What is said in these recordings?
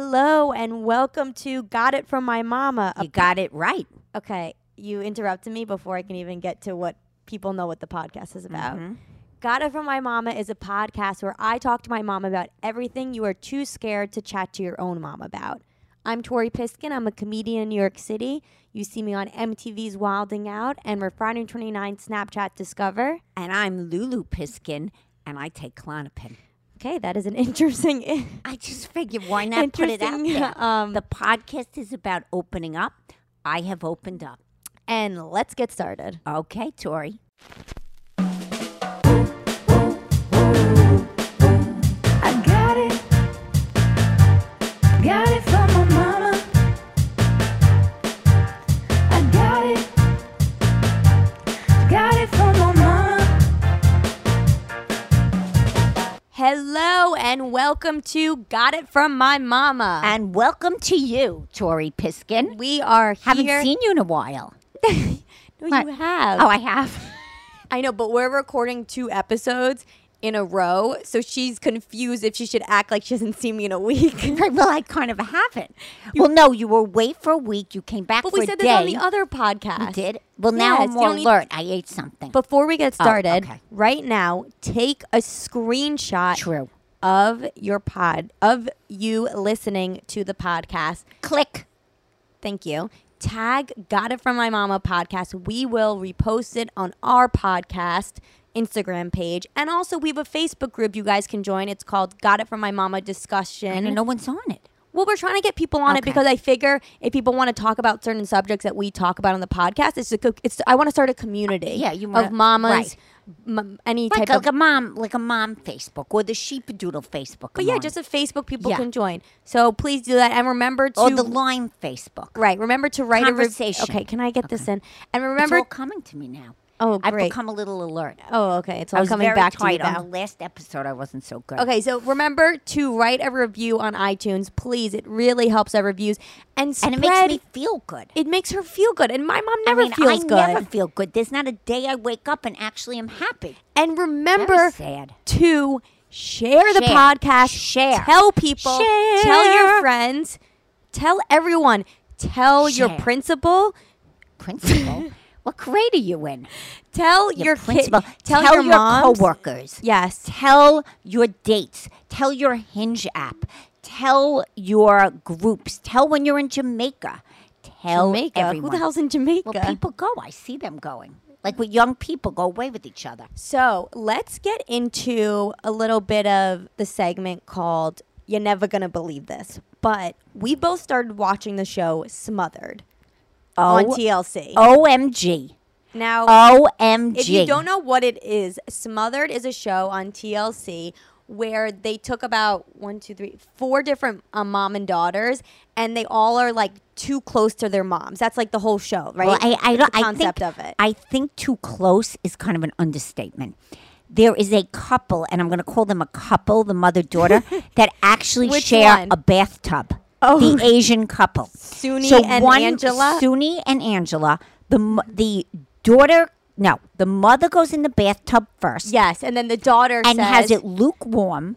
Hello and welcome to Got It From My Mama. a You got it right. Okay, you interrupted me before I can even get to what people know what the podcast is about. Mm-hmm. Got It From My Mama is a podcast where I talk to my mom about everything you are too scared to chat to your own mom about. I'm Tori Piskin. I'm a comedian in New York City. You see me on MTV's Wilding Out and we're Friday 29 Snapchat Discover. And I'm Lulu Piskin, and I take Clonopin. Okay, that is an interesting. I just figured why not put it out Interesting, there. um, the podcast is about opening up. I have opened up. and let's get started. Okay, Tori. I got it. Got it from my mama. I got it. Got it from my mama. Hello and welcome to Got It From My Mama. And welcome to you, Tori Piskin. we are here. Haven't seen you in a while. No, What? you have. Oh, I have. I know, but we're recording two episodes in a row, so she's confused if she should act like she hasn't seen me in a week. well, I kind of haven't. well, no, you were away for a week. You came back But for we a said day. this on the other podcast. You did? Well, now Yes, I'm you more don't need- alert. I ate something. Before we get started, okay. Oh, right now, take a screenshot True. of your pod, of you listening to the podcast. Click. Thank you. Tag Got It From My Mama podcast. We will repost it on our podcast Instagram page. And also, we have a Facebook group you guys can join. It's called Got It From My Mama Discussion. And no one's on it. Well, we're trying to get people on it Okay. because I figure if people want to talk about certain subjects that we talk about on the podcast, it's a, co- it's I want to start a community. Yeah, you of wanna- mamas, right. m- any Like, type of like a mom, like a mom Facebook or the sheepadoodle Facebook. but I'm yeah, on. just a Facebook people Yeah. can join. So please do that and remember to or the Lime Facebook. right. Remember to write Conversation. a rev- Okay, can I get this in? And It's remember, all coming to me now. Oh, great. I've become a little alert. oh, okay, it's all I was coming very back to you tight on now. the last episode. I wasn't so good. Okay, so remember to write a review on iTunes, please. It really helps our reviews and spread. and it makes me feel good. it makes her feel good, and my mom I never mean, feels I good. never feel good. There's not a day I wake up and actually am happy. And remember Very sad. to share, the Share. podcast. Share. Tell people. Share. Tell your friends. Tell everyone. Tell your Share. principal. Principal, what grade are you in? Tell your, kid- principal. Tell, tell your, moms. coworkers. Yes. Tell your dates. Tell your Hinge app. Tell your groups. Tell when you're in Jamaica. Tell Jamaica. everyone. Who the hell's in Jamaica? Well, people go. I see them going. Like with young people, go away with each other. so let's get into a little bit of the segment called "You're Never Gonna Believe This." But we both started watching the show Smothered on O- TLC. Oh. OMG. Now, Oh, OMG. If you don't know what it is, Smothered is a show on TLC where they took about one, two, three, four different uh, mom and daughters, and they all are like too close to their moms. That's like the whole show, right? Well, I, I It's don't. the concept I think, of it. I think too close is kind of an understatement. There is a couple, and I'm going to call them a couple, the mother daughter, that actually Which share one? a bathtub. Oh. the Asian couple, Suni and Angela? Suni and Angela. The mo- the daughter, no, the mother goes in the bathtub first. yes, and then the daughter and says, has it lukewarm.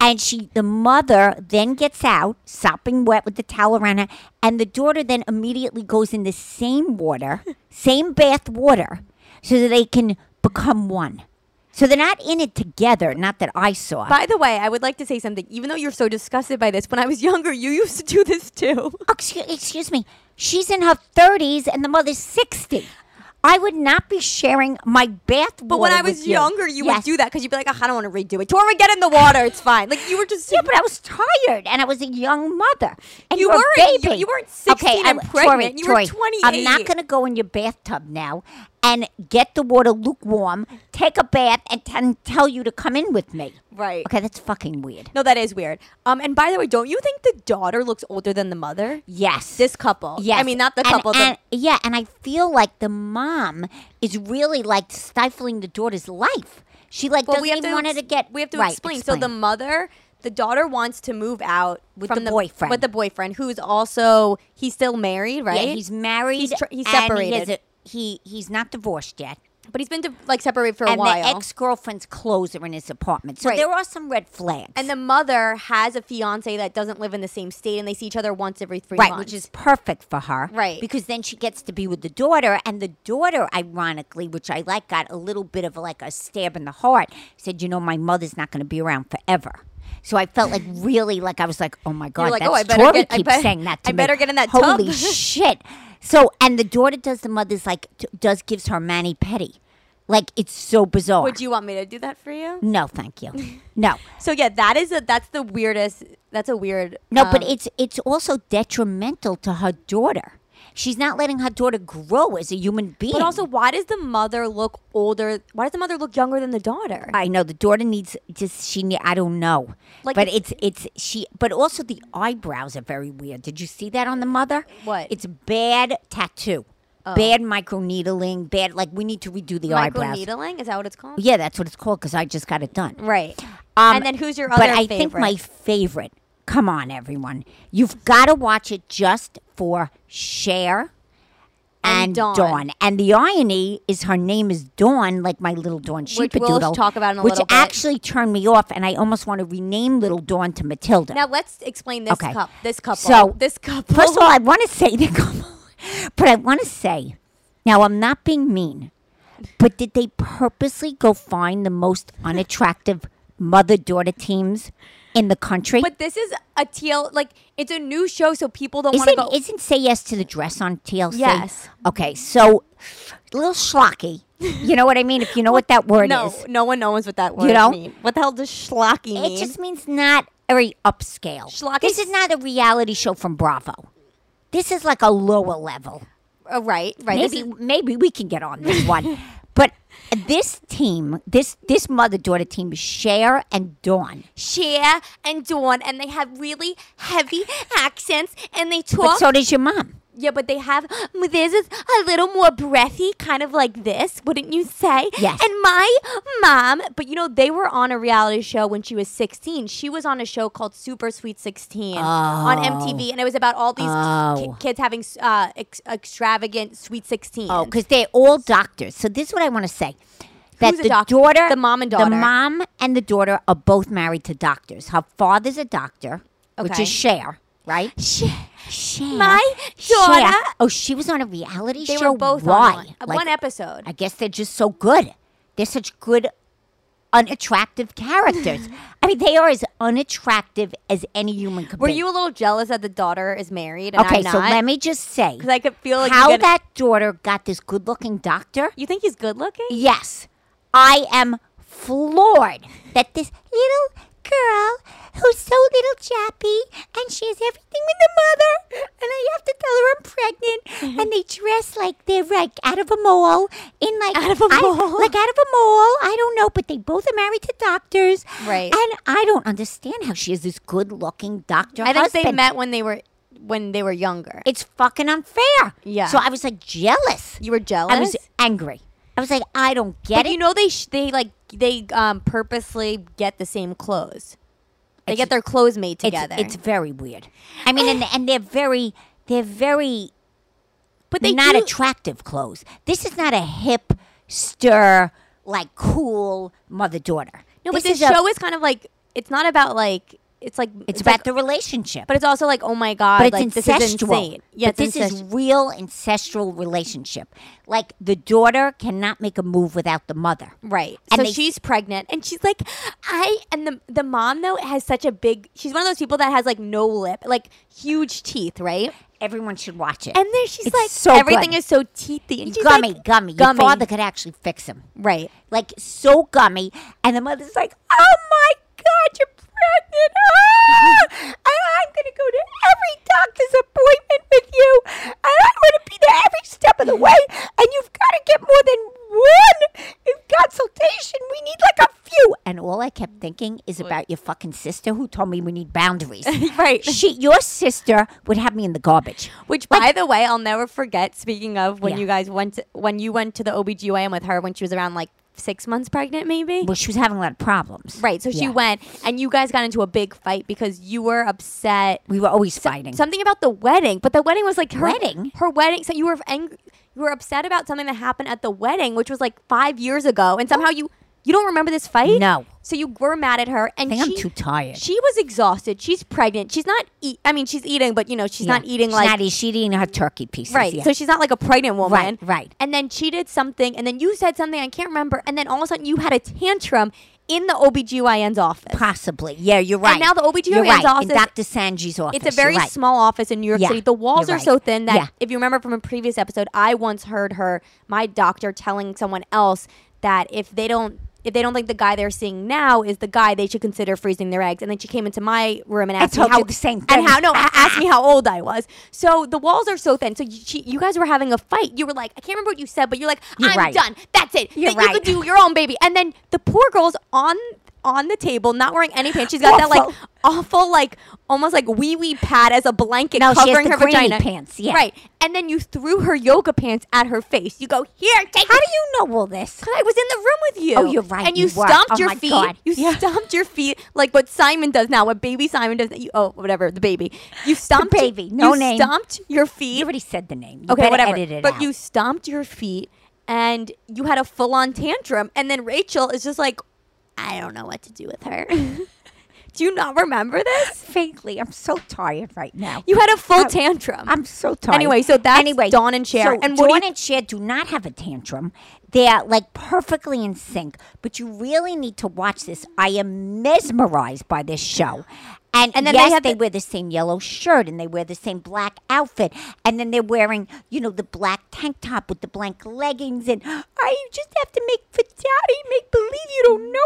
and she, the mother, then gets out, sopping wet with the towel around her, and the daughter then immediately goes in the same water, same bath water, so that they can become one. So they're not in it together. Not that I saw. By the way, I would like to say something. Even though you're so disgusted by this, when I was younger, you used to do this too. excuse, excuse me. She's in her thirties, and the mother's sixty. I would not be sharing my bath. But when I was younger, you would do that because you'd be like, "Ugh, I don't want to redo it. Tora, get in the water. It's fine. Like, you were just. Yeah, but I was tired and I was a young mother. And You you're a weren't- you- baby. you weren't 16 and Tori, pregnant. You were Tori, I'm 28. not going to go in your bathtub now and get the water lukewarm, take a bath, and, t- and tell you to come in with me. Right. Okay, that's fucking weird. No, that is weird. Um, and by the way, don't you think the daughter looks older than the mother? Yes. This couple. Yes. I mean, not the And- couple. the- and- yeah, and I feel like the mom is really like stifling the daughter's life. She like well, doesn't we have even to want her ex- to get We have to right, explain. So the explain. mother, the daughter wants to move out With from the boyfriend. With the boyfriend, who's also he's still married, right? Yeah, he's married. He's tr- he's and he has separated. a- he he's not divorced yet. But he's been to, like separated for a and while. the ex girlfriend's clothes are in his apartment. So Right. there are some red flags. and the mother has a fiance that doesn't live in the same state, and they see each other once every three Right, months. which is perfect for her. Right. Because then she gets to be with the daughter. And the daughter, ironically, which I like, got a little bit of like a stab in the heart, said, You know, my mother's not going to be around forever. So I felt like really like I was like, Oh my God, like, that's "Oh, I better Tori get- I keeps bet- saying that to I me. better get in that tub." Holy shit. So, and the daughter does the mother's like, t- does gives her mani petty. Like, it's so bizarre. Would you want me to do that for you? No, thank you. No. So yeah, that is a that's the weirdest. That's a weird. No, but um, it's it's also detrimental to her daughter. She's not letting her daughter grow as a human being. But also, why does the mother look older? Why does the mother look younger than the daughter? I know the daughter needs just she. ne- I don't know, Like but it's it's she. But also the eyebrows are very weird. Did you see that on the mother? What? Oh. It's bad tattoo, bad microneedling, bad. Like we need to redo the eyebrows. Microneedling is that what it's called? Yeah, that's what it's called because I just got it done. Right. Um, and then who's your other But I think favorite? my favorite. Come on, everyone! You've got to watch it just for Cher And and, Dawn. Dawn. And the irony is, her name is Dawn, like my little Dawn Which we'll Sheepadoodle. talk about in a which little bit. actually turned me off, and I almost want to rename little Dawn to Matilda. Now let's explain this Okay. cup. This couple. So, this couple. First of all, I want to say the couple, but I want to say now I'm not being mean, but did they purposely go find the most unattractive mother-daughter teams in the country? but this is a TL. Like it's a new show, so people don't want to Isn't, go. isn't Say Yes to the Dress on TLC? Yes. Okay, so a little schlocky. You know what I mean? If you know what that word no, is. no one knows what that word know? mean. What the hell does schlocky mean? It just means not very upscale. Schlock this is- is not a reality show from Bravo. This is like a lower level. oh, Uh, right, right. this Maybe is- maybe we can get on this one. but this team, this this mother daughter team is Cher and Dawn. Cher and Dawn, and they have really heavy accents, and they But talk. so does your mom. yeah, but they have mm, theirs is a little more breathy, kind of like this, wouldn't you say? Yes. And my mom, but you know, they were on a reality show when she was 16. She was on a show called Super Sweet 16 on MTV, and it was about all these ki- Oh. kids having uh, ex- extravagant Sweet 16. Oh, because they're all doctors. So this is what I want to say. That Who's a the doctor? daughter, The mom and the daughter. mom and the daughter are both married to doctors. Her father's a doctor, which Okay. is Cher, right? Cher. My Cher. daughter- Oh, she was on a reality they show. were both Why? on one, uh, Like, one episode. I guess they're just so good. They're such good, unattractive characters. I mean, they are as unattractive as any human could were be. you a little jealous that the daughter is married? And Okay, I'm not? so let me just say, 'Cause I could feel like you how get- that daughter got this good-looking doctor. You think he's good looking? Yes, I am floored that this little girl who's so little chappy and she has everything with the mother, and I have to tell her I'm Mm-hmm. pregnant, and they dress like they're like out of a mall, in like Out of a I- mall. like out of a mall. I don't know, but they both are married to doctors, Right. And I don't understand how she has this good-looking doctor. I think they husband. met when they were when they were younger. It's fucking unfair. Yeah. So I was like jealous. you were jealous. I was angry. I was like, I don't get but it. you know they sh- they like they um purposely get the same clothes. They It's- get their clothes made it's, together. it's very weird. I mean, and, and they're very, they're very but they not do- attractive clothes. This is not a hip, stir, like cool mother daughter. No, but this this is a- show is kind of like it's not about like it's like It's about like- the relationship. but it's also like oh my god, but it's like incestual. this is insane. Yeah, but it's this incestual. is real ancestral relationship. Like the daughter cannot make a move without the mother. Right. And so they- she's pregnant and she's like, I and the the mom though has such a big she's one of those people that has like no lip, like huge teeth, right? Everyone should watch it. And then she's It's like so everything is good. so teethy and she's gummy, like, gummy. Your gummy. father could actually fix him. Right. Like so gummy, and the mother's like, "Oh my God, you're pregnant! Ah! And I'm gonna go to every doctor's appointment with you, and I'm gonna be there every step of the way. And you've got to get more than one consultation. We need like a few." And all I kept thinking is about your fucking sister who told me we need boundaries. Right. She, your sister, would have me in the garbage. Which by the way, I'll never forget, speaking of when Yeah. you guys went to, when you went to the OBGYN with her when she was around like six months pregnant, maybe. Well, she was having a lot of problems. Right. So she Yeah. went, and you guys got into a big fight because you were upset. We were always fighting. Something about the wedding, but the wedding was like her Wedding? Her wedding. So you were angry. You were upset about something that happened at the wedding, which was like five years ago, and somehow you you don't remember this fight. No. So you were mad at her, and I think she, I'm too tired. She was exhausted. She's pregnant. She's not. Eat, I mean, she's eating, but you know, she's not Yeah. eating she's like not eating, she's eating her turkey pieces. Right. yeah. So she's not like a pregnant woman. Right, right. And then she did something, and then you said something I can't remember, and then all of a sudden you had a tantrum in the OBGYN's office. Possibly. Yeah, you're right. now the OBGYN's You're right. office- In Dr. Sanji's office. It's a very you're right. small office in New York Yeah, City. The walls you're are so right. thin that Yeah. if you remember from a previous episode, I once heard her, my doctor, telling someone else that if they don't if they don't think the guy they're seeing now is the guy, they should consider freezing their eggs. And then she came into my room and asked told me how you the same and thing. how no a- asked me how old I was. So the walls are so thin. So you, she, you guys were having a fight. You were like, I can't remember what you said, but you're like, You're I'm right. done. That's it. You're That You right. could do your own baby. And then the poor girl's on on the table, not wearing any pants. She's got that like Awful. awful like almost like wee wee pad as a blanket No, she has covering the her granny vagina pants, yeah. right. And then you threw her yoga pants at her face. You go here, take. How do you know all this? Because I was in the room with you. Oh, you're right, And you, you were. stomped Oh your my feet. God. You Yeah. stomped your feet like what Simon does now, what baby Simon does. You, oh, whatever, the baby. You stomped baby, no you name. Stomped your You feet. already said the name. You okay, better whatever. Edit it but out. you stomped your feet, and you had a full on tantrum. And then Rachel is just like, I don't know what to do with her. do you not remember this? Vaguely, I'm so tired right now. You had a full I- tantrum. I'm so tired. Anyway, so that's Dawn and Cher. So And what do Dawn you- and Cher do not have a tantrum. They're like perfectly in sync. But you really need to watch this. I am mesmerized by this show. And, And then they yes, they, have the- wear the same yellow shirt and they wear the same black outfit. And then they're wearing, you know, the black tank top with the blank leggings. And I just have to make for daddy make believe you don't know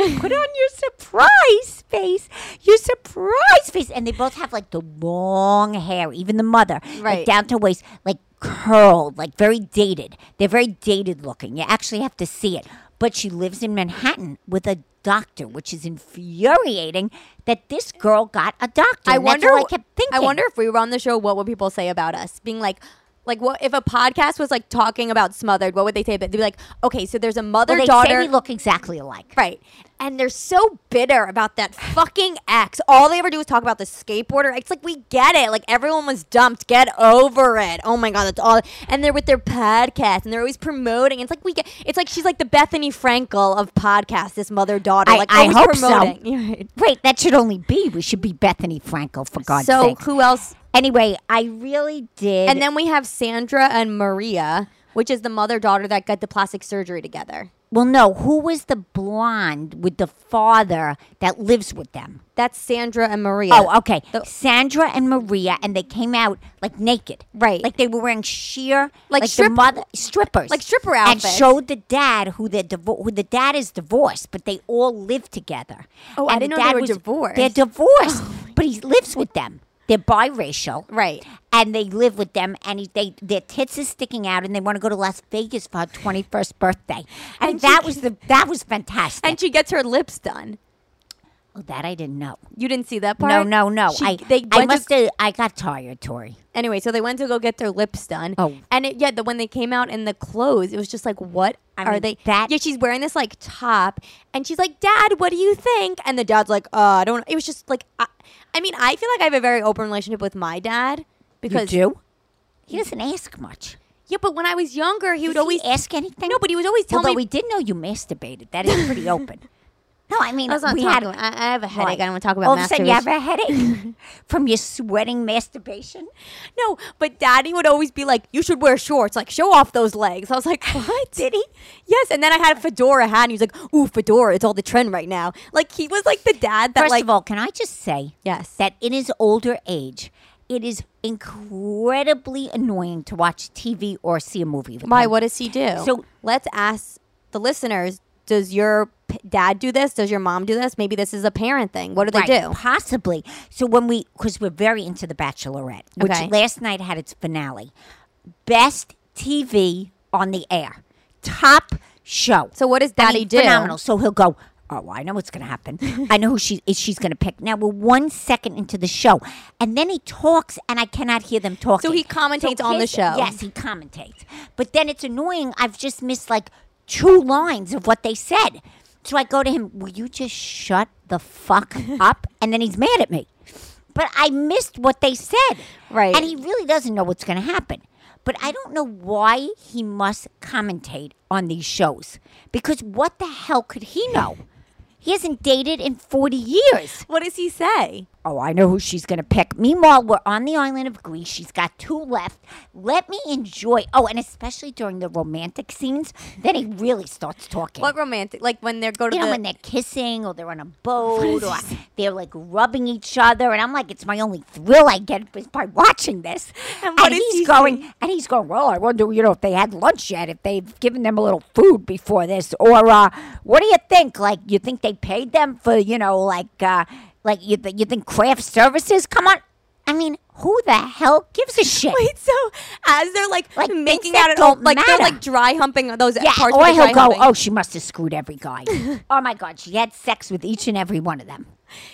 anything. Put on your surprise face. Your surprise face. And they both have like the long hair, even the mother Right. like down to waist, like curled, like very dated. They're very dated looking. You actually have to see it. But she lives in Manhattan with a doctor, which is infuriating that this girl got a doctor. I And that's wonder. all I kept thinking. I wonder if we were on the show, what would people say about us? Being like, like what if a podcast was like talking about smothered? What would they say? But they'd be like, okay, so there's a mother well, they daughter. say we look exactly alike. Right. And they're so bitter about that fucking ex. All they ever do is talk about the skateboarder. It's like, we get it. Like, everyone was dumped. Get over it. Oh my God, that's all. And they're with their podcast and they're always promoting. It's like, we get, it's like she's like the Bethany Frankel of podcasts, this mother daughter. I- Like, I always hope so. promoting. You're right. Wait, that should only be. We should be Bethany Frankel, for God's So, sake. who else? Anyway, I really did. And then we have Sandra and Maria, which is the mother daughter that got the plastic surgery together. well, no, who was the blonde with the father that lives with them? That's Sandra and Maria. Oh, okay. The- Sandra and Maria, and they came out like naked, Right. Like they were wearing sheer, Like like, strip- the mother strippers, like stripper and outfits. showed the dad who they're divo- who the dad is divorced, but they all live together. Oh, I And the didn't know they dad were was- divorced. Oh They're divorced, but he lives with them. They're biracial, Right. And they live with them, and he, they their tits is sticking out, and they want to go to Las Vegas for her twenty first birthday, and, And she that ca- was the that was fantastic. And she gets her lips done. oh, that I didn't know. You didn't see that part? No, no, no. She- I they I went to- must have. I got tired, Tori. anyway, so they went to go get their lips done. Oh. and it, yeah, the, when they came out in the clothes, it was just like, what I are mean, they? that- yeah, she's wearing this like top, and she's like, Dad, what do you think? And the dad's like, uh, I don't. It was just like, I, I mean, I feel like I have a very open relationship with my dad because He doesn't ask much. yeah, but when I was younger, he would Does always he ask anything? no, but he would always tell Although me. we did know you masturbated. That is pretty open. No, I mean I was not we talking. had. I, I have a headache. Right. I don't want to talk about All of a sudden, you have masturbation. a headache from your sweating masturbation. No, but daddy would always be like, you should wear shorts, like show off those legs. I was like, what? Did he? Yes. And then I had a fedora hat and he was like, ooh, fedora, it's all the trend right now. Like he was like the dad that First like, of all, can I just say Yes. that in his older age, it is incredibly annoying to watch TV or see a movie. With why, him. what does he do? So So- let's ask the listeners, does your p- dad do this? Does your mom do this? Maybe this is a parent thing. What do they Right, do? Possibly. So when we, because we're very into The Bachelorette, which Okay. last night had its finale. Best TV on the air. Top show. So what does I mean, daddy do? Phenomenal. So he'll go, oh, I know what's going to happen. I know who she is she's going to pick. Now we're one second into the show. And then he talks and I cannot hear them talking. he commentates on the his- show. Yes, he commentates. But then it's annoying. I've just missed like two lines of what they said. So I go to him, Will you just shut the fuck up? And then he's mad at me. But I missed what they said. Right. And he really doesn't know what's going to happen. But I don't know why he must commentate on these shows. Because what the hell could he know? He hasn't dated in 40 years. What does he say? Oh, I know who she's going to pick. Meanwhile, we're on the island of Greece. She's got two left. Let me enjoy. Oh, and especially during the romantic scenes, then he really starts talking. What romantic? Like when they go to you know, the when they're kissing or they're on a boat or they're like rubbing each other. And I'm like, it's my only thrill I get is by watching this. And what is he's he going, and he's going, well, I wonder, you know, if they had lunch yet, if they've given them a little food before this. Or uh, what do you think? Like, you think they paid them for, you know, like, uh, like you, th- you think craft services? Come on. I mean, who the hell gives a shit? Wait, so as they're like, Like, things making that out at don't home, like they're matter. like dry humping those Yeah, parts. or where they're dry he'll go, humping. oh, she must have screwed every guy. oh my God, she had sex with each and every one of them.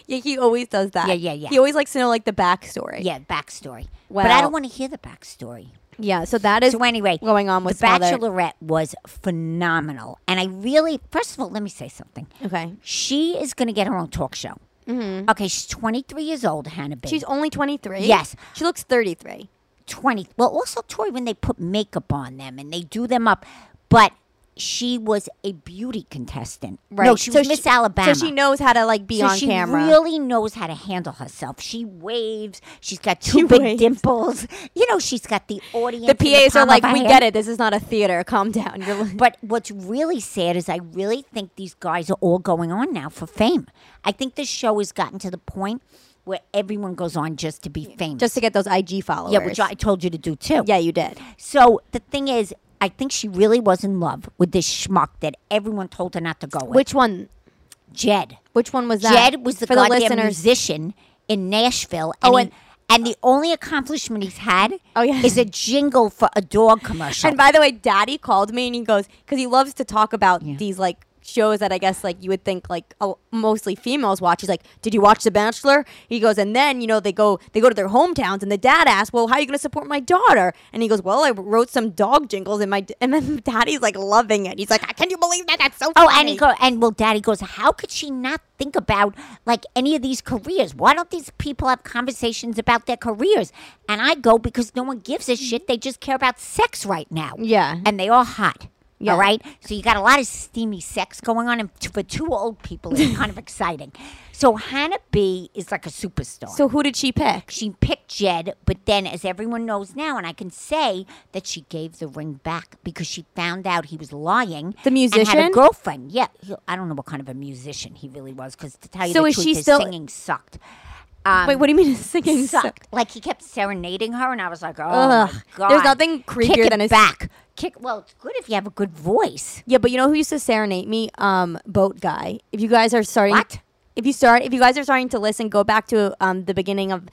Yeah, he always does that. Yeah, yeah, yeah. He always likes to know like the backstory. Yeah, backstory. but I Well- don't want to hear the backstory. yeah. So that is So anyway, going on with the some other- Bachelorette was phenomenal, and I really, first of all, let me say something. Okay. She is going to get her own talk show. Okay, she's 23 years old, Hannah. B. Mm-hmm. She's only 23. Yes. She looks 33. 20. Well, also, Tori, when they put makeup on them and they do them up, but she was a beauty contestant. No, she So was Miss Alabama. So she knows how to like be so on she camera. really knows how to handle herself. She waves. She's got two She big waves. dimples. You know, she's got the audience. the PAs are like, we get it. it. This is not a theater. Calm down. You're li- But what's really sad is I really think these guys are all going on now for fame. I think this show has gotten to the point where everyone goes on just to be famous. just to get those IG followers. yeah, which I told you to do too. Yeah, you did. So the thing is, I think she really was in love with this schmuck that everyone told her not to go with. Which one? Jed? Which one was that? Jed was the for the goddamn listeners. musician in Nashville. Oh, and. he- and the only accomplishment he's had Oh, yeah. is a jingle for a dog commercial. And by the way, Daddy called me and he goes because he loves to talk about Yeah. these like shows that I guess like you would think like a, mostly females watch. He's like, "Did you watch The Bachelor?" He goes, and then you know they go they go to their hometowns and the dad asks, "Well, how are you going to support my daughter?" And he goes, "Well, I wrote some dog jingles and my d-" and then Daddy's like loving it. He's like, "Can you believe that? That's so." Oh, funny. and he go and well, Daddy goes. How could she not think about like any of these careers? Why don't these people have conversations about their careers? And I go because no one gives a shit. They just care about sex right now. Yeah. and they all hot. Yeah. All right, so you got a lot of steamy sex going on, and t- for two old people, it's kind of exciting. So Hannah B is like a superstar So who did she pick? she picked Jed, but then, as everyone knows now, and I can say that she gave the ring back because she found out he was lying. The and had musician? a girlfriend. Yeah, he- I don't know what kind of a musician he really was because to tell you So the is truth, she his still- singing sucked. Um, Wait, what do you mean singing sucked. sucked? Like he kept serenading her, and I was like, oh Ugh. my god. There's nothing creepier Kick it than his- back. Kick. Well, it's good if you have a good voice. Yeah, but you know who used to serenade me? Um, boat guy. If you guys are starting, What? If you start, if you guys are starting to listen, go back to um the beginning of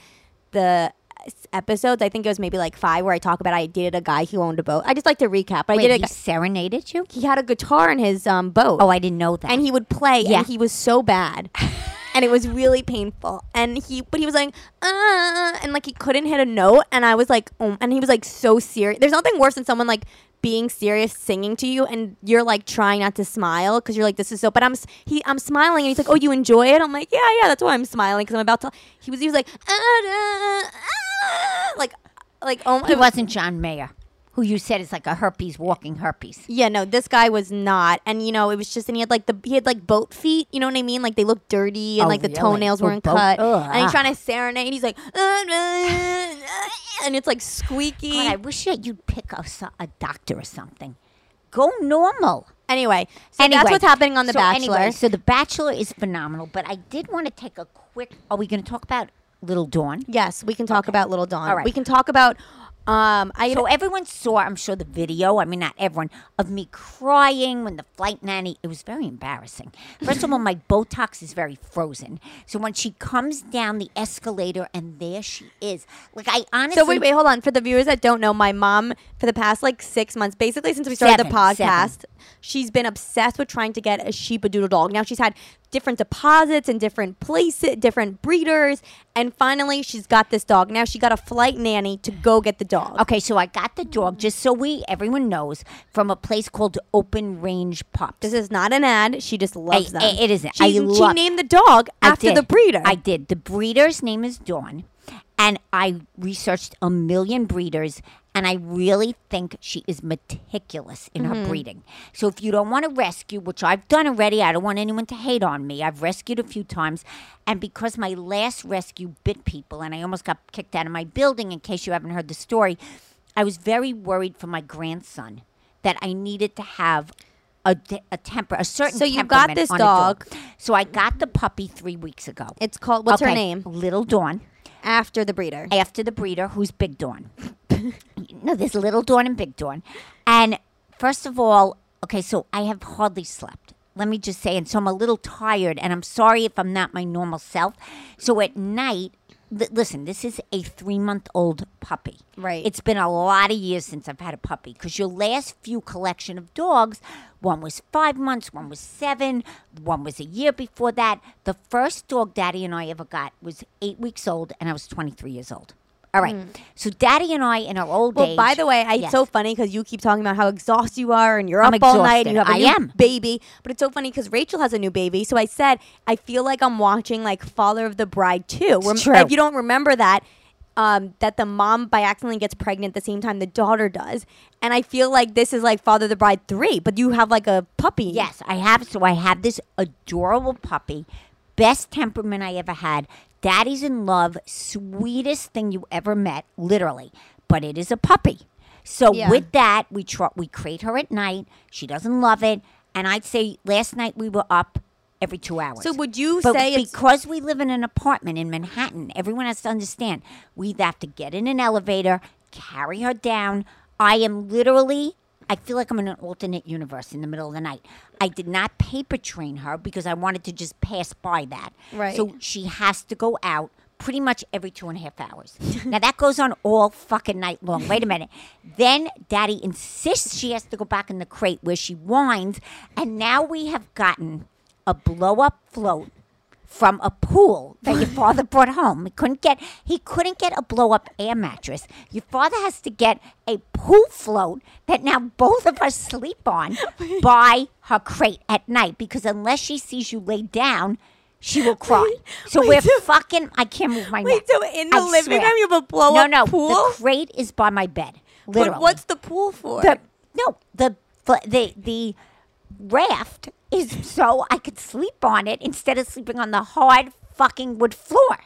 the s- episodes. I think it was maybe like five where I talk about I dated a guy who owned a boat. I just like to recap. But I Wait, did. A he guy, serenaded you? he had a guitar in his um boat. Oh, I didn't know that. and he would play, Yeah. and he was so bad. And it was really painful. And he, but he was like, uh, and like he couldn't hit a note. And I was like, oh, and he was like so serious. There's nothing worse than someone like being serious singing to you, and you're like trying not to smile because you're like, this is so. But I'm s- he, I'm smiling, and he's like, oh, you enjoy it? I'm like, yeah, yeah, that's why I'm smiling because I'm about to. He was, he was like, uh, uh, uh," like, like oh, He it was- wasn't John Mayer, who you said is like a herpes walking herpes. yeah, no, this guy was not. And you know, it was just and he had like the he had like boat feet, you know what I mean? Like they looked dirty and Oh, like the really? toenails Oh, weren't boat- cut. ugh, and he's ah. trying to serenade, he's like "Uh, and it's like squeaky. God, I wish that you'd pick a, so- a doctor or something. Go normal. Anyway, so that's Anyway, what's happening on The so Bachelor. Anyway, so The Bachelor is phenomenal, but I did want to take a quick. Are we going to talk about Little Dawn? yes, we can talk about Little Dawn. All right. We can talk about um I So everyone saw, I'm sure, the video. I mean, not everyone of me crying when the flight nanny. It was very embarrassing. First of all, my Botox is very frozen. So when she comes down the escalator and there she is, like I honestly. so wait, wait, hold on. For the viewers that don't know, my mom for the past like six months, basically since we started Seven, the podcast, seven. she's been obsessed with trying to get a sheep a doodle dog. Now she's had different deposits and different places, different breeders, and finally she's got this dog. Now she got a flight nanny to go get the dog. Okay, so I got the dog just so we everyone knows from a place called Open Range Pups. This is not an ad. She just loves I- them. it isn't. She, I she love- named the dog I after did. the breeder. I did. The breeder's name is Dawn, and I researched a million breeders, and I really think she is meticulous in Mm-hmm. her breeding. So if you don't want to rescue, which I've done already, I don't want anyone to hate on me. I've rescued a few times, and because my last rescue bit people, and I almost got kicked out of my building. In case you haven't heard the story, I was very worried for my grandson that I needed to have. A, te- a temper, a certain So you got temperament this on a dog. dog. So I got the puppy three weeks ago. it's called what's her Okay, name? Little Dawn. After the breeder. After the breeder, who's Big Dawn. no, there's Little Dawn and Big Dawn. And first of all, okay, so I have hardly slept. Let me just say, and so I'm a little tired, and I'm sorry if I'm not my normal self. So at night, li- listen, this is a three month old puppy. Right. It's been a lot of years since I've had a puppy because your last few collection of dogs, one was five months, one was seven, one was a year before that. The first dog Daddy and I ever got was eight weeks old, and I was 23 years old. All right. So Daddy and I, in our old well, age. by the way, I, it's Yes. so funny because you keep talking about how exhausted you are and you're I'm up all night and exhausted. you have a I new am. baby. But it's so funny because Rachel has a new baby. So I said, I feel like I'm watching like Father of the Bride too. true. If you don't remember that, um, that the mom by accident gets pregnant the same time the daughter does. And I feel like this is like Father of the Bride 3, but you have like a puppy. Yes, I have. So I have this adorable puppy, best temperament I ever had. Daddy's in love, sweetest thing you ever met, literally. But it is a puppy. So Yeah. with that, we tr- we crate her at night. She doesn't love it, and I'd say last night we were up every two hours. So would you But say it's because we live in an apartment in Manhattan, everyone has to understand we either have to get in an elevator, carry her down. I am literally, I feel like I'm in an alternate universe in the middle of the night. I did not paper train her because I wanted to just pass by that. Right. So she has to go out pretty much every two and a half hours. now that goes on all fucking night long. Wait a minute. Then daddy insists she has to go back in the crate where she whines. And now we have gotten a blow up float from a pool that your father brought home. He couldn't get he couldn't get a blow up air mattress. Your father has to get a pool float that now both of us sleep on by her crate at night because unless she sees you lay down, she will cry. So we're fucking I can't move my neck. Wait, so in the I living swear. room you have a blow no, up no, pool? The crate is by my bed. Literally. But what's the pool for? the no the fl- the the raft is so I could sleep on it instead of sleeping on the hard fucking wood floor.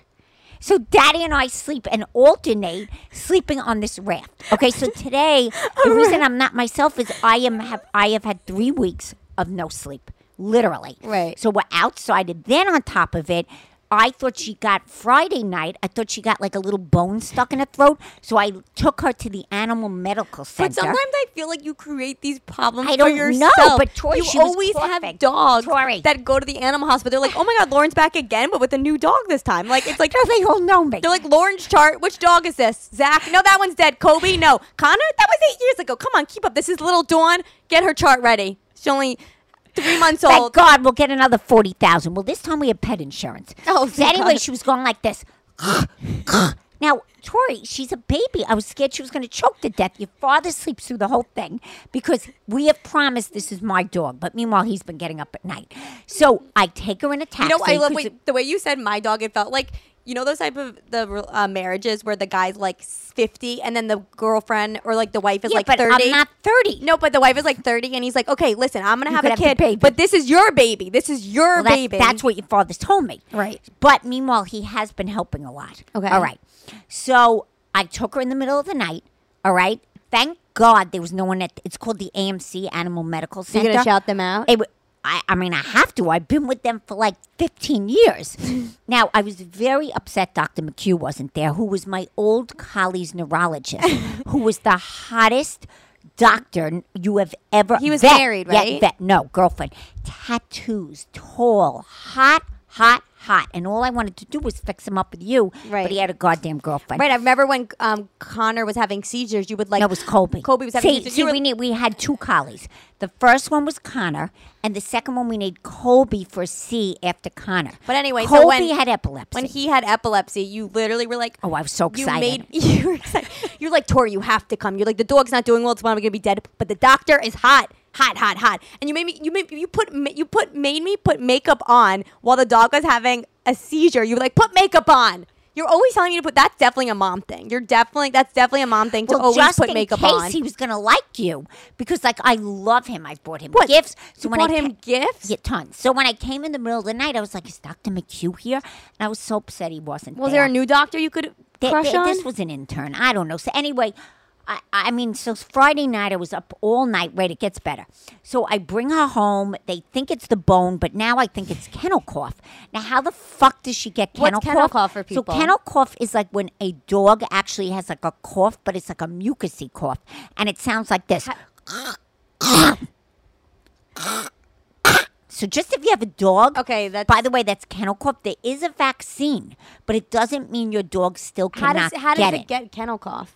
So Daddy and I sleep and alternate sleeping on this raft. Okay, so today the reason I'm not myself is I am have I have had three weeks of no sleep, literally. Right. So we're outside, and then on top of it, I thought she got Friday night. I thought she got like a little bone stuck in her throat. So I took her to the animal medical center. But sometimes I feel like you create these problems I for don't know, yourself. but Tori, you she was always have perfect. dogs Tori. that go to the animal hospital. They're like, oh my god, Lauren's back again, but with a new dog this time. Like it's like No, they all know me. they're like Lauren's chart. Which dog is this? Zach? No, that one's dead. Kobe? No. Connor? That was eight years ago. Come on, keep up. This is little Dawn. Get her chart ready. She's only three months Thank old. God we'll get another forty thousand. Well, this time we have pet insurance. Oh, so thank anyway, God. she was going like this. now, Tori, she's a baby. I was scared she was going to choke to death. Your father sleeps through the whole thing because we have promised this is my dog. But meanwhile, he's been getting up at night. So I take her in a You taxi. know, I love 'cause wait, it- the way you said my dog. It felt like you know those type of the uh, marriages where the guy's like fifty and then the girlfriend or like the wife is yeah, like but thirty. I'm not thirty. No, but the wife is like 30 and he's like, okay, listen, I'm going to have could a have the kid, baby. but this is your baby. This is your Well, that's- baby. That's what your father's told me. Right. But meanwhile, he has been helping a lot. Okay. All right. So I took her in the middle of the night. All right. Thank God there was no one at. It's called the AMC Animal Medical Center. gonna shout them out? It wa- I, I mean, I have to. I've been with them for like 15 years. now, I was very upset Dr. McHugh wasn't there, who was my old colleague's neurologist, who was the hottest doctor you have ever He was vet- married, yeah, right? vet- no, girlfriend. Tattoos, tall, hot, hot, hot. And all I wanted to do was fix him up with you. Right. But he had a goddamn girlfriend. Right. I remember when um, Connor was having seizures, you would like. No, it was Kobe. Kobe was having see, seizures. see, You were- we need we had two collies. The first one was Connor, and the second one we need Kobe for C after Connor. But anyway, Kobe so when had epilepsy. When he had epilepsy, you literally were like, Oh, I was so excited. You made you were excited. You're like Tori, you have to come. You're like the dog's not doing well. It's probably gonna be dead. But the doctor is hot, hot, hot, hot. And you made me. You made you put ma- you put made me put makeup on while the dog was having a seizure. You were like, put makeup on. You're always telling me to put. That's definitely a mom thing. You're definitely that's definitely a mom thing to well, always just oh, put in makeup case on. he was gonna like you, because like I love him. I bought him What? gifts. you when bought I him ca- gifts. Yeah, tons. So when I came in the middle of the night, I was like, "Is Doctor McHugh here?" And I was so upset he wasn't. Was there a new doctor you could Th- crush th- on? This was an intern. I don't know. So anyway, I, I mean, so Friday night I was up all night. Wait, it gets better. So I bring her home. They think it's the bone, but now I think it's kennel cough. Now, how the fuck does she get What's kennel kennel cough? cough for people? So kennel cough is like when a dog actually has like a cough, but it's like a mucousy cough, and it sounds like this. So just if you have a dog, Okay, that's- by the way, that's kennel cough. There is a vaccine, but it doesn't mean your dog still how cannot does how does get it, it. get kennel cough?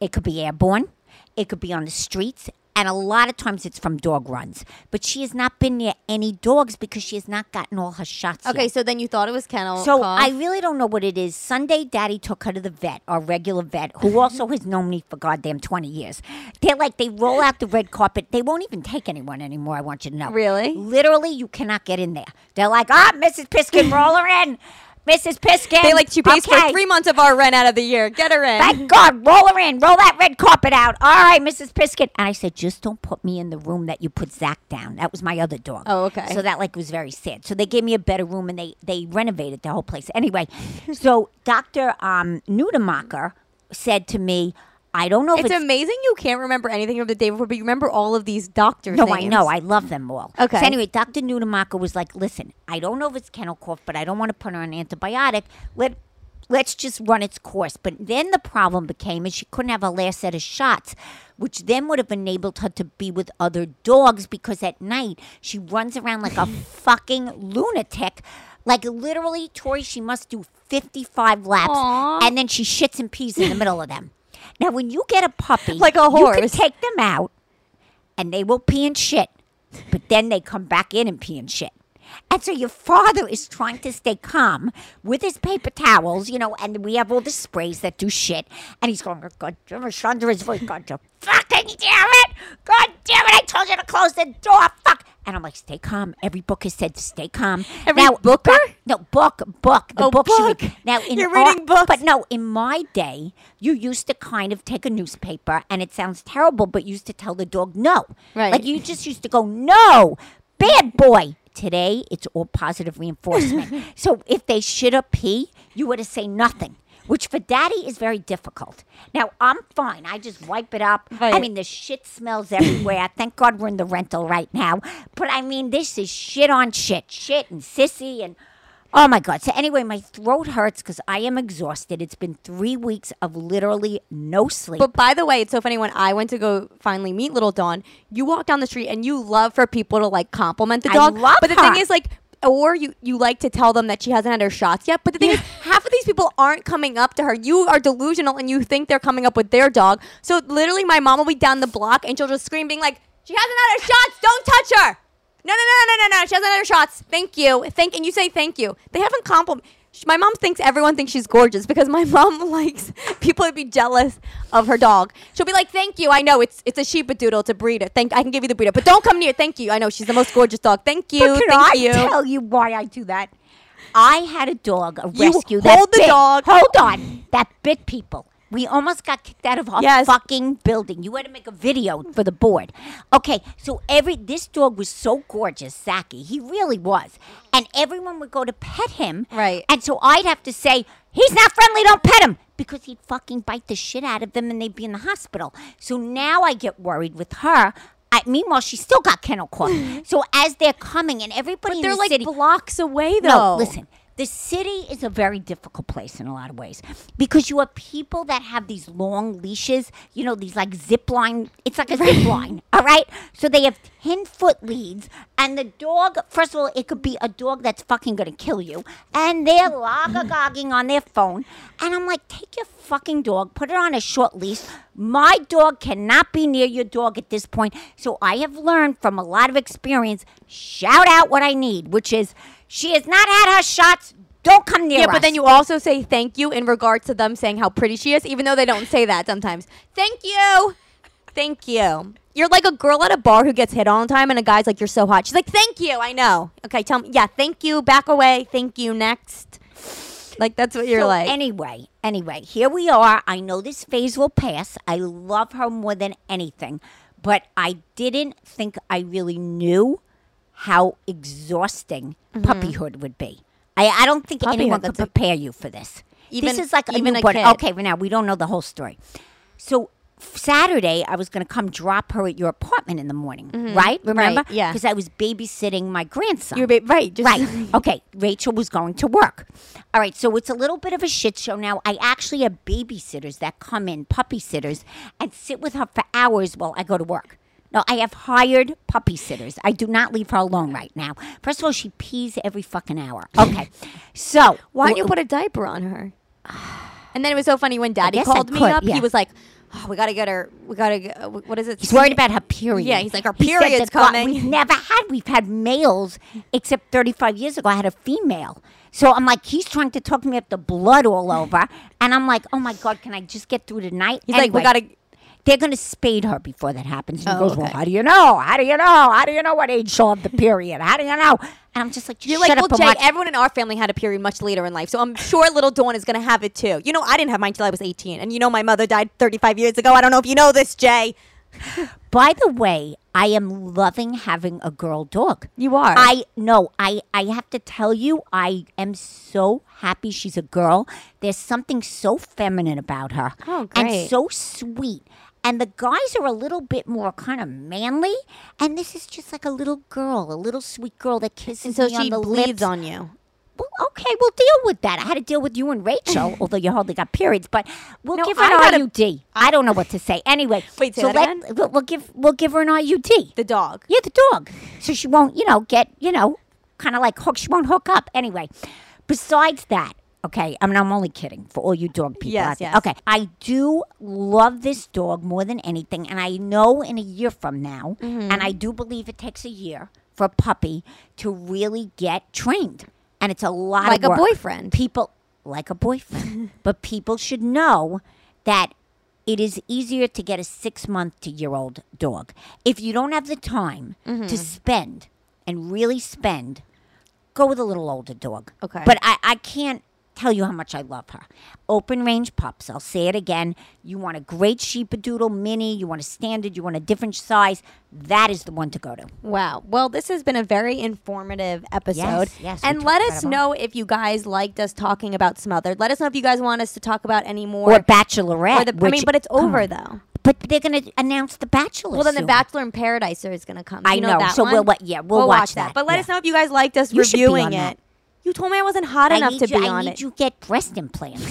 It could be airborne. It could be on the streets. And a lot of times it's from dog runs. But she has not been near any dogs because she has not gotten all her shots. Okay, yet. so then you thought it was kennel. So cough. I really don't know what it is. Sunday, Daddy took her to the vet, our regular vet, who also has known me for goddamn 20 years. They're like, they roll out the red carpet. They won't even take anyone anymore, I want you to know. Really? Literally, you cannot get in there. They're like, ah, Mrs. Piskin, roll her in. Mrs. Piskin. They like she pays for Okay. three months of our rent out of the year. Get her in. Thank God, roll her in, roll that red carpet out. All right, Mrs. Piskin. And I said, just don't put me in the room that you put Zach down. That was my other dog. Oh, okay. So that like was very sad. So they gave me a better room and they they renovated the whole place. Anyway, so Doctor um, Nudemacher said to me, I don't know if it's, it's amazing you can't remember anything from the day before, but you remember all of these doctors. No, I know. I love them all. Okay. So anyway, Dr. Nudemacher was like, listen, I don't know if it's kennel cough, but I don't want to put her on antibiotic. Let let's just run its course. But then the problem became is she couldn't have her last set of shots, which then would have enabled her to be with other dogs because at night she runs around like a fucking lunatic. Like literally, Tori, she must do fifty five laps Aw. and then she shits and pees in the middle of them. Now when you get a puppy Like a you can horse. take them out and they will pee and shit, but then they come back in and pee and shit. And so your father is trying to stay calm with his paper towels, you know, and we have all the sprays that do shit. And he's going, God damn it, under his voice, God damn fucking damn it! God damn it, I told you to close the door, fuck! And I'm like, stay calm. Every book has said, stay calm. Every booker? Doc- no, book, book. The Oh, book, she read. book. Now, in You're our- reading books. But no, in my day, you used to kind of take a newspaper, and it sounds terrible, but you used to tell the dog no. Right. Like you just used to go, no, bad boy. Today, it's all positive reinforcement. so if they shit or pee, you were to say nothing, which for daddy is very difficult. Now, I'm fine. I just wipe it up. I Right. mean, the shit smells everywhere. Thank God we're in the rental right now. But I mean, this is shit on shit, shit and sissy and. Oh my God. So, anyway, my throat hurts because I am exhausted. It's been three weeks of literally no sleep. But by the way, it's so funny when I went to go finally meet Little Dawn, you walk down the street and you love for people to like compliment the I dog. love but the her. thing is like or you, you like to tell them that she hasn't had her shots yet. But the thing is, half of these people aren't coming up to her. You are delusional and you think they're coming up with their dog. So literally my mom will be down the block and she'll just scream being like, She hasn't had her shots, don't touch her. No, no, no, no, no, no. She hasn't had her shots. Thank you. Thank and you say thank you. They haven't compliment. My mom thinks everyone thinks she's gorgeous because my mom likes people to be jealous of her dog. She'll be like, "Thank you. I know it's it's a Sheba Doodle. It's a breeder. Thank I can give you the breeder, but don't come near. Thank you. I know she's the most gorgeous dog. Thank you. But can thank I you. tell you why I do that? I had a dog, a You rescue. hold that the bit, dog. Hold on, that bit people. We almost got kicked out of our Yes. fucking building. You had to make a video for the board. Okay, so every this dog was so gorgeous, Zaki. He really was, and everyone would go to pet him. Right. And so I'd have to say, he's not friendly. Don't pet him because he'd fucking bite the shit out of them, and they'd be in the hospital. So now I get worried with her. I, meanwhile, she still got kennel cough. so as they're coming, and everybody in They're the like city, blocks away though. no, listen. The city is a very difficult place in a lot of ways because you have people that have these long leashes, you know, these like zip line. It's like a zip line, all right? So they have 10 foot leads, and the dog, first of all, it could be a dog that's fucking gonna kill you, and they're lagagogging on their phone. And I'm like, take your fucking dog, put it on a short leash. My dog cannot be near your dog at this point. So I have learned from a lot of experience, shout out what I need, which is she has not had her shots. Don't come near Yeah, us. but then you also say thank you in regards to them saying how pretty she is, even though they don't say that sometimes. Thank you. Thank you. You're like a girl at a bar who gets hit all the time, and a guy's like, You're so hot. She's like, Thank you. I know. Okay, tell me. Yeah, thank you. Back away. Thank you. Next. Like, that's what you're So like. Anyway, anyway, here we are. I know this phase will pass. I love her more than anything, but I didn't think I really knew how exhausting puppyhood would be. I, I don't think Mm-hmm. Puppyhood, anyone could that's a- prepare you for this. Even- this is like even a a newborn. kid. Okay, but now we don't know the whole story. So f- Saturday, I was going to come drop her at your apartment in the morning, right? Remember? Mm-hmm. yeah. Because I was babysitting my grandson. you're ba- right. Just Right. Okay. Rachel was going to work. All right. So it's a little bit of a shit show now. I actually have babysitters that come in, puppy sitters, and sit with her for hours while I go to work. No, I have hired puppy sitters. I do not leave her alone right now. First of all, she pees every fucking hour. Okay. So Why don't you put a diaper on her? And then it was so funny when Daddy guess I called me could, up. yeah. He was like, oh, "We gotta get her. We gotta. Get, uh, what is it? He's worried about her period. Yeah, he's like, "Our He said period's that, well, coming." We've never had. We've had males, except 35 years ago, I had a female. So I'm like, he's trying to talk me up the blood all over. And I'm like, oh my God, can I just get through tonight? He's like, "We gotta." They're going to spade her before that happens. And he Oh, goes, well, okay. how do you know? How do you know? How do you know what age she'll have the period? How do you know? And I'm just like, You're like, shut up well, and Jay, watch. everyone in our family had a period much later in life, so I'm sure little Dawn is gonna have it too. You know, I didn't have mine till I was 18, and you know, my mother died 35 years ago. I don't know if you know this, Jay. By the way, I am loving having a girl dog. You are. I no, I I have to tell you, I am so happy she's a girl. There's something so feminine about her. Oh, And great. so sweet. And the guys are a little bit more kind of manly, and this is just like a little girl, a little sweet girl that kisses And so me on she the bleeds lips. on you. Well, okay, we'll deal with that. I had to deal with you and Rachel, although you hardly got periods. But we'll No, give her I got a- an IUD. I don't know what to say. Anyway, Wait, say so that again? we'll- we'll give we'll give her an IUD. The dog. Yeah, the dog. So she won't, you know, get, you know, kind of like hook. She won't hook up. Anyway, besides that, okay, I mean, I'm only kidding for all you dog people Yes, out there. yes. Okay, I do love this dog more than anything. And I know in a year from now, Mm-hmm. and I do believe it takes a year for a puppy to really get trained. And it's a lot Like a of work. boyfriend. People, like a boyfriend. but people should know that it is easier to get a six month to year old dog. If you don't have the time Mm-hmm. to spend and really spend, go with a little older dog. Okay. But I, I can't tell you how much I love her. Open range pups. I'll say it again. You want a great sheepadoodle mini, you want a standard, you want a different size. That is the one to go to. Wow. Well, this has been a very informative episode. Yes, yes, we and talked let about us it all. know if you guys liked us talking about Smothered. Let us know if you guys want us to talk about any more. Or, Bachelorette. or the, I which- mean, but it's come over on. though. But they're going to announce The Bachelor. Well, then The soon. Bachelor in Paradise is going to come. I You know, know. that So one? we'll wa- yeah, we'll watch that. But let Yeah. us know if you guys liked us You should be reviewing on it. that. You told me I wasn't hot I enough need to you, be I on need it. you get breast implants.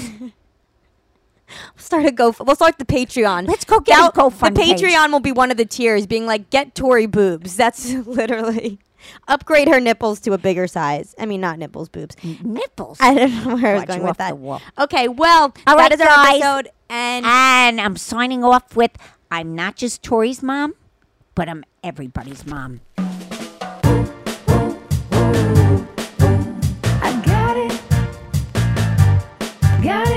Start a go. We'll start the Patreon. Let's go get a Now, GoFund The page. Patreon will be one of the tiers, being like, get Tori boobs. That's literally upgrade her nipples to a bigger size. I mean, not nipples, boobs. Nipples. I don't know where I was Mm. Watch going you with off the that. wall. Okay, well, All that right, is our guys. episode, and And I'm signing off with I'm not just Tori's mom, but I'm everybody's mom. I got it. Got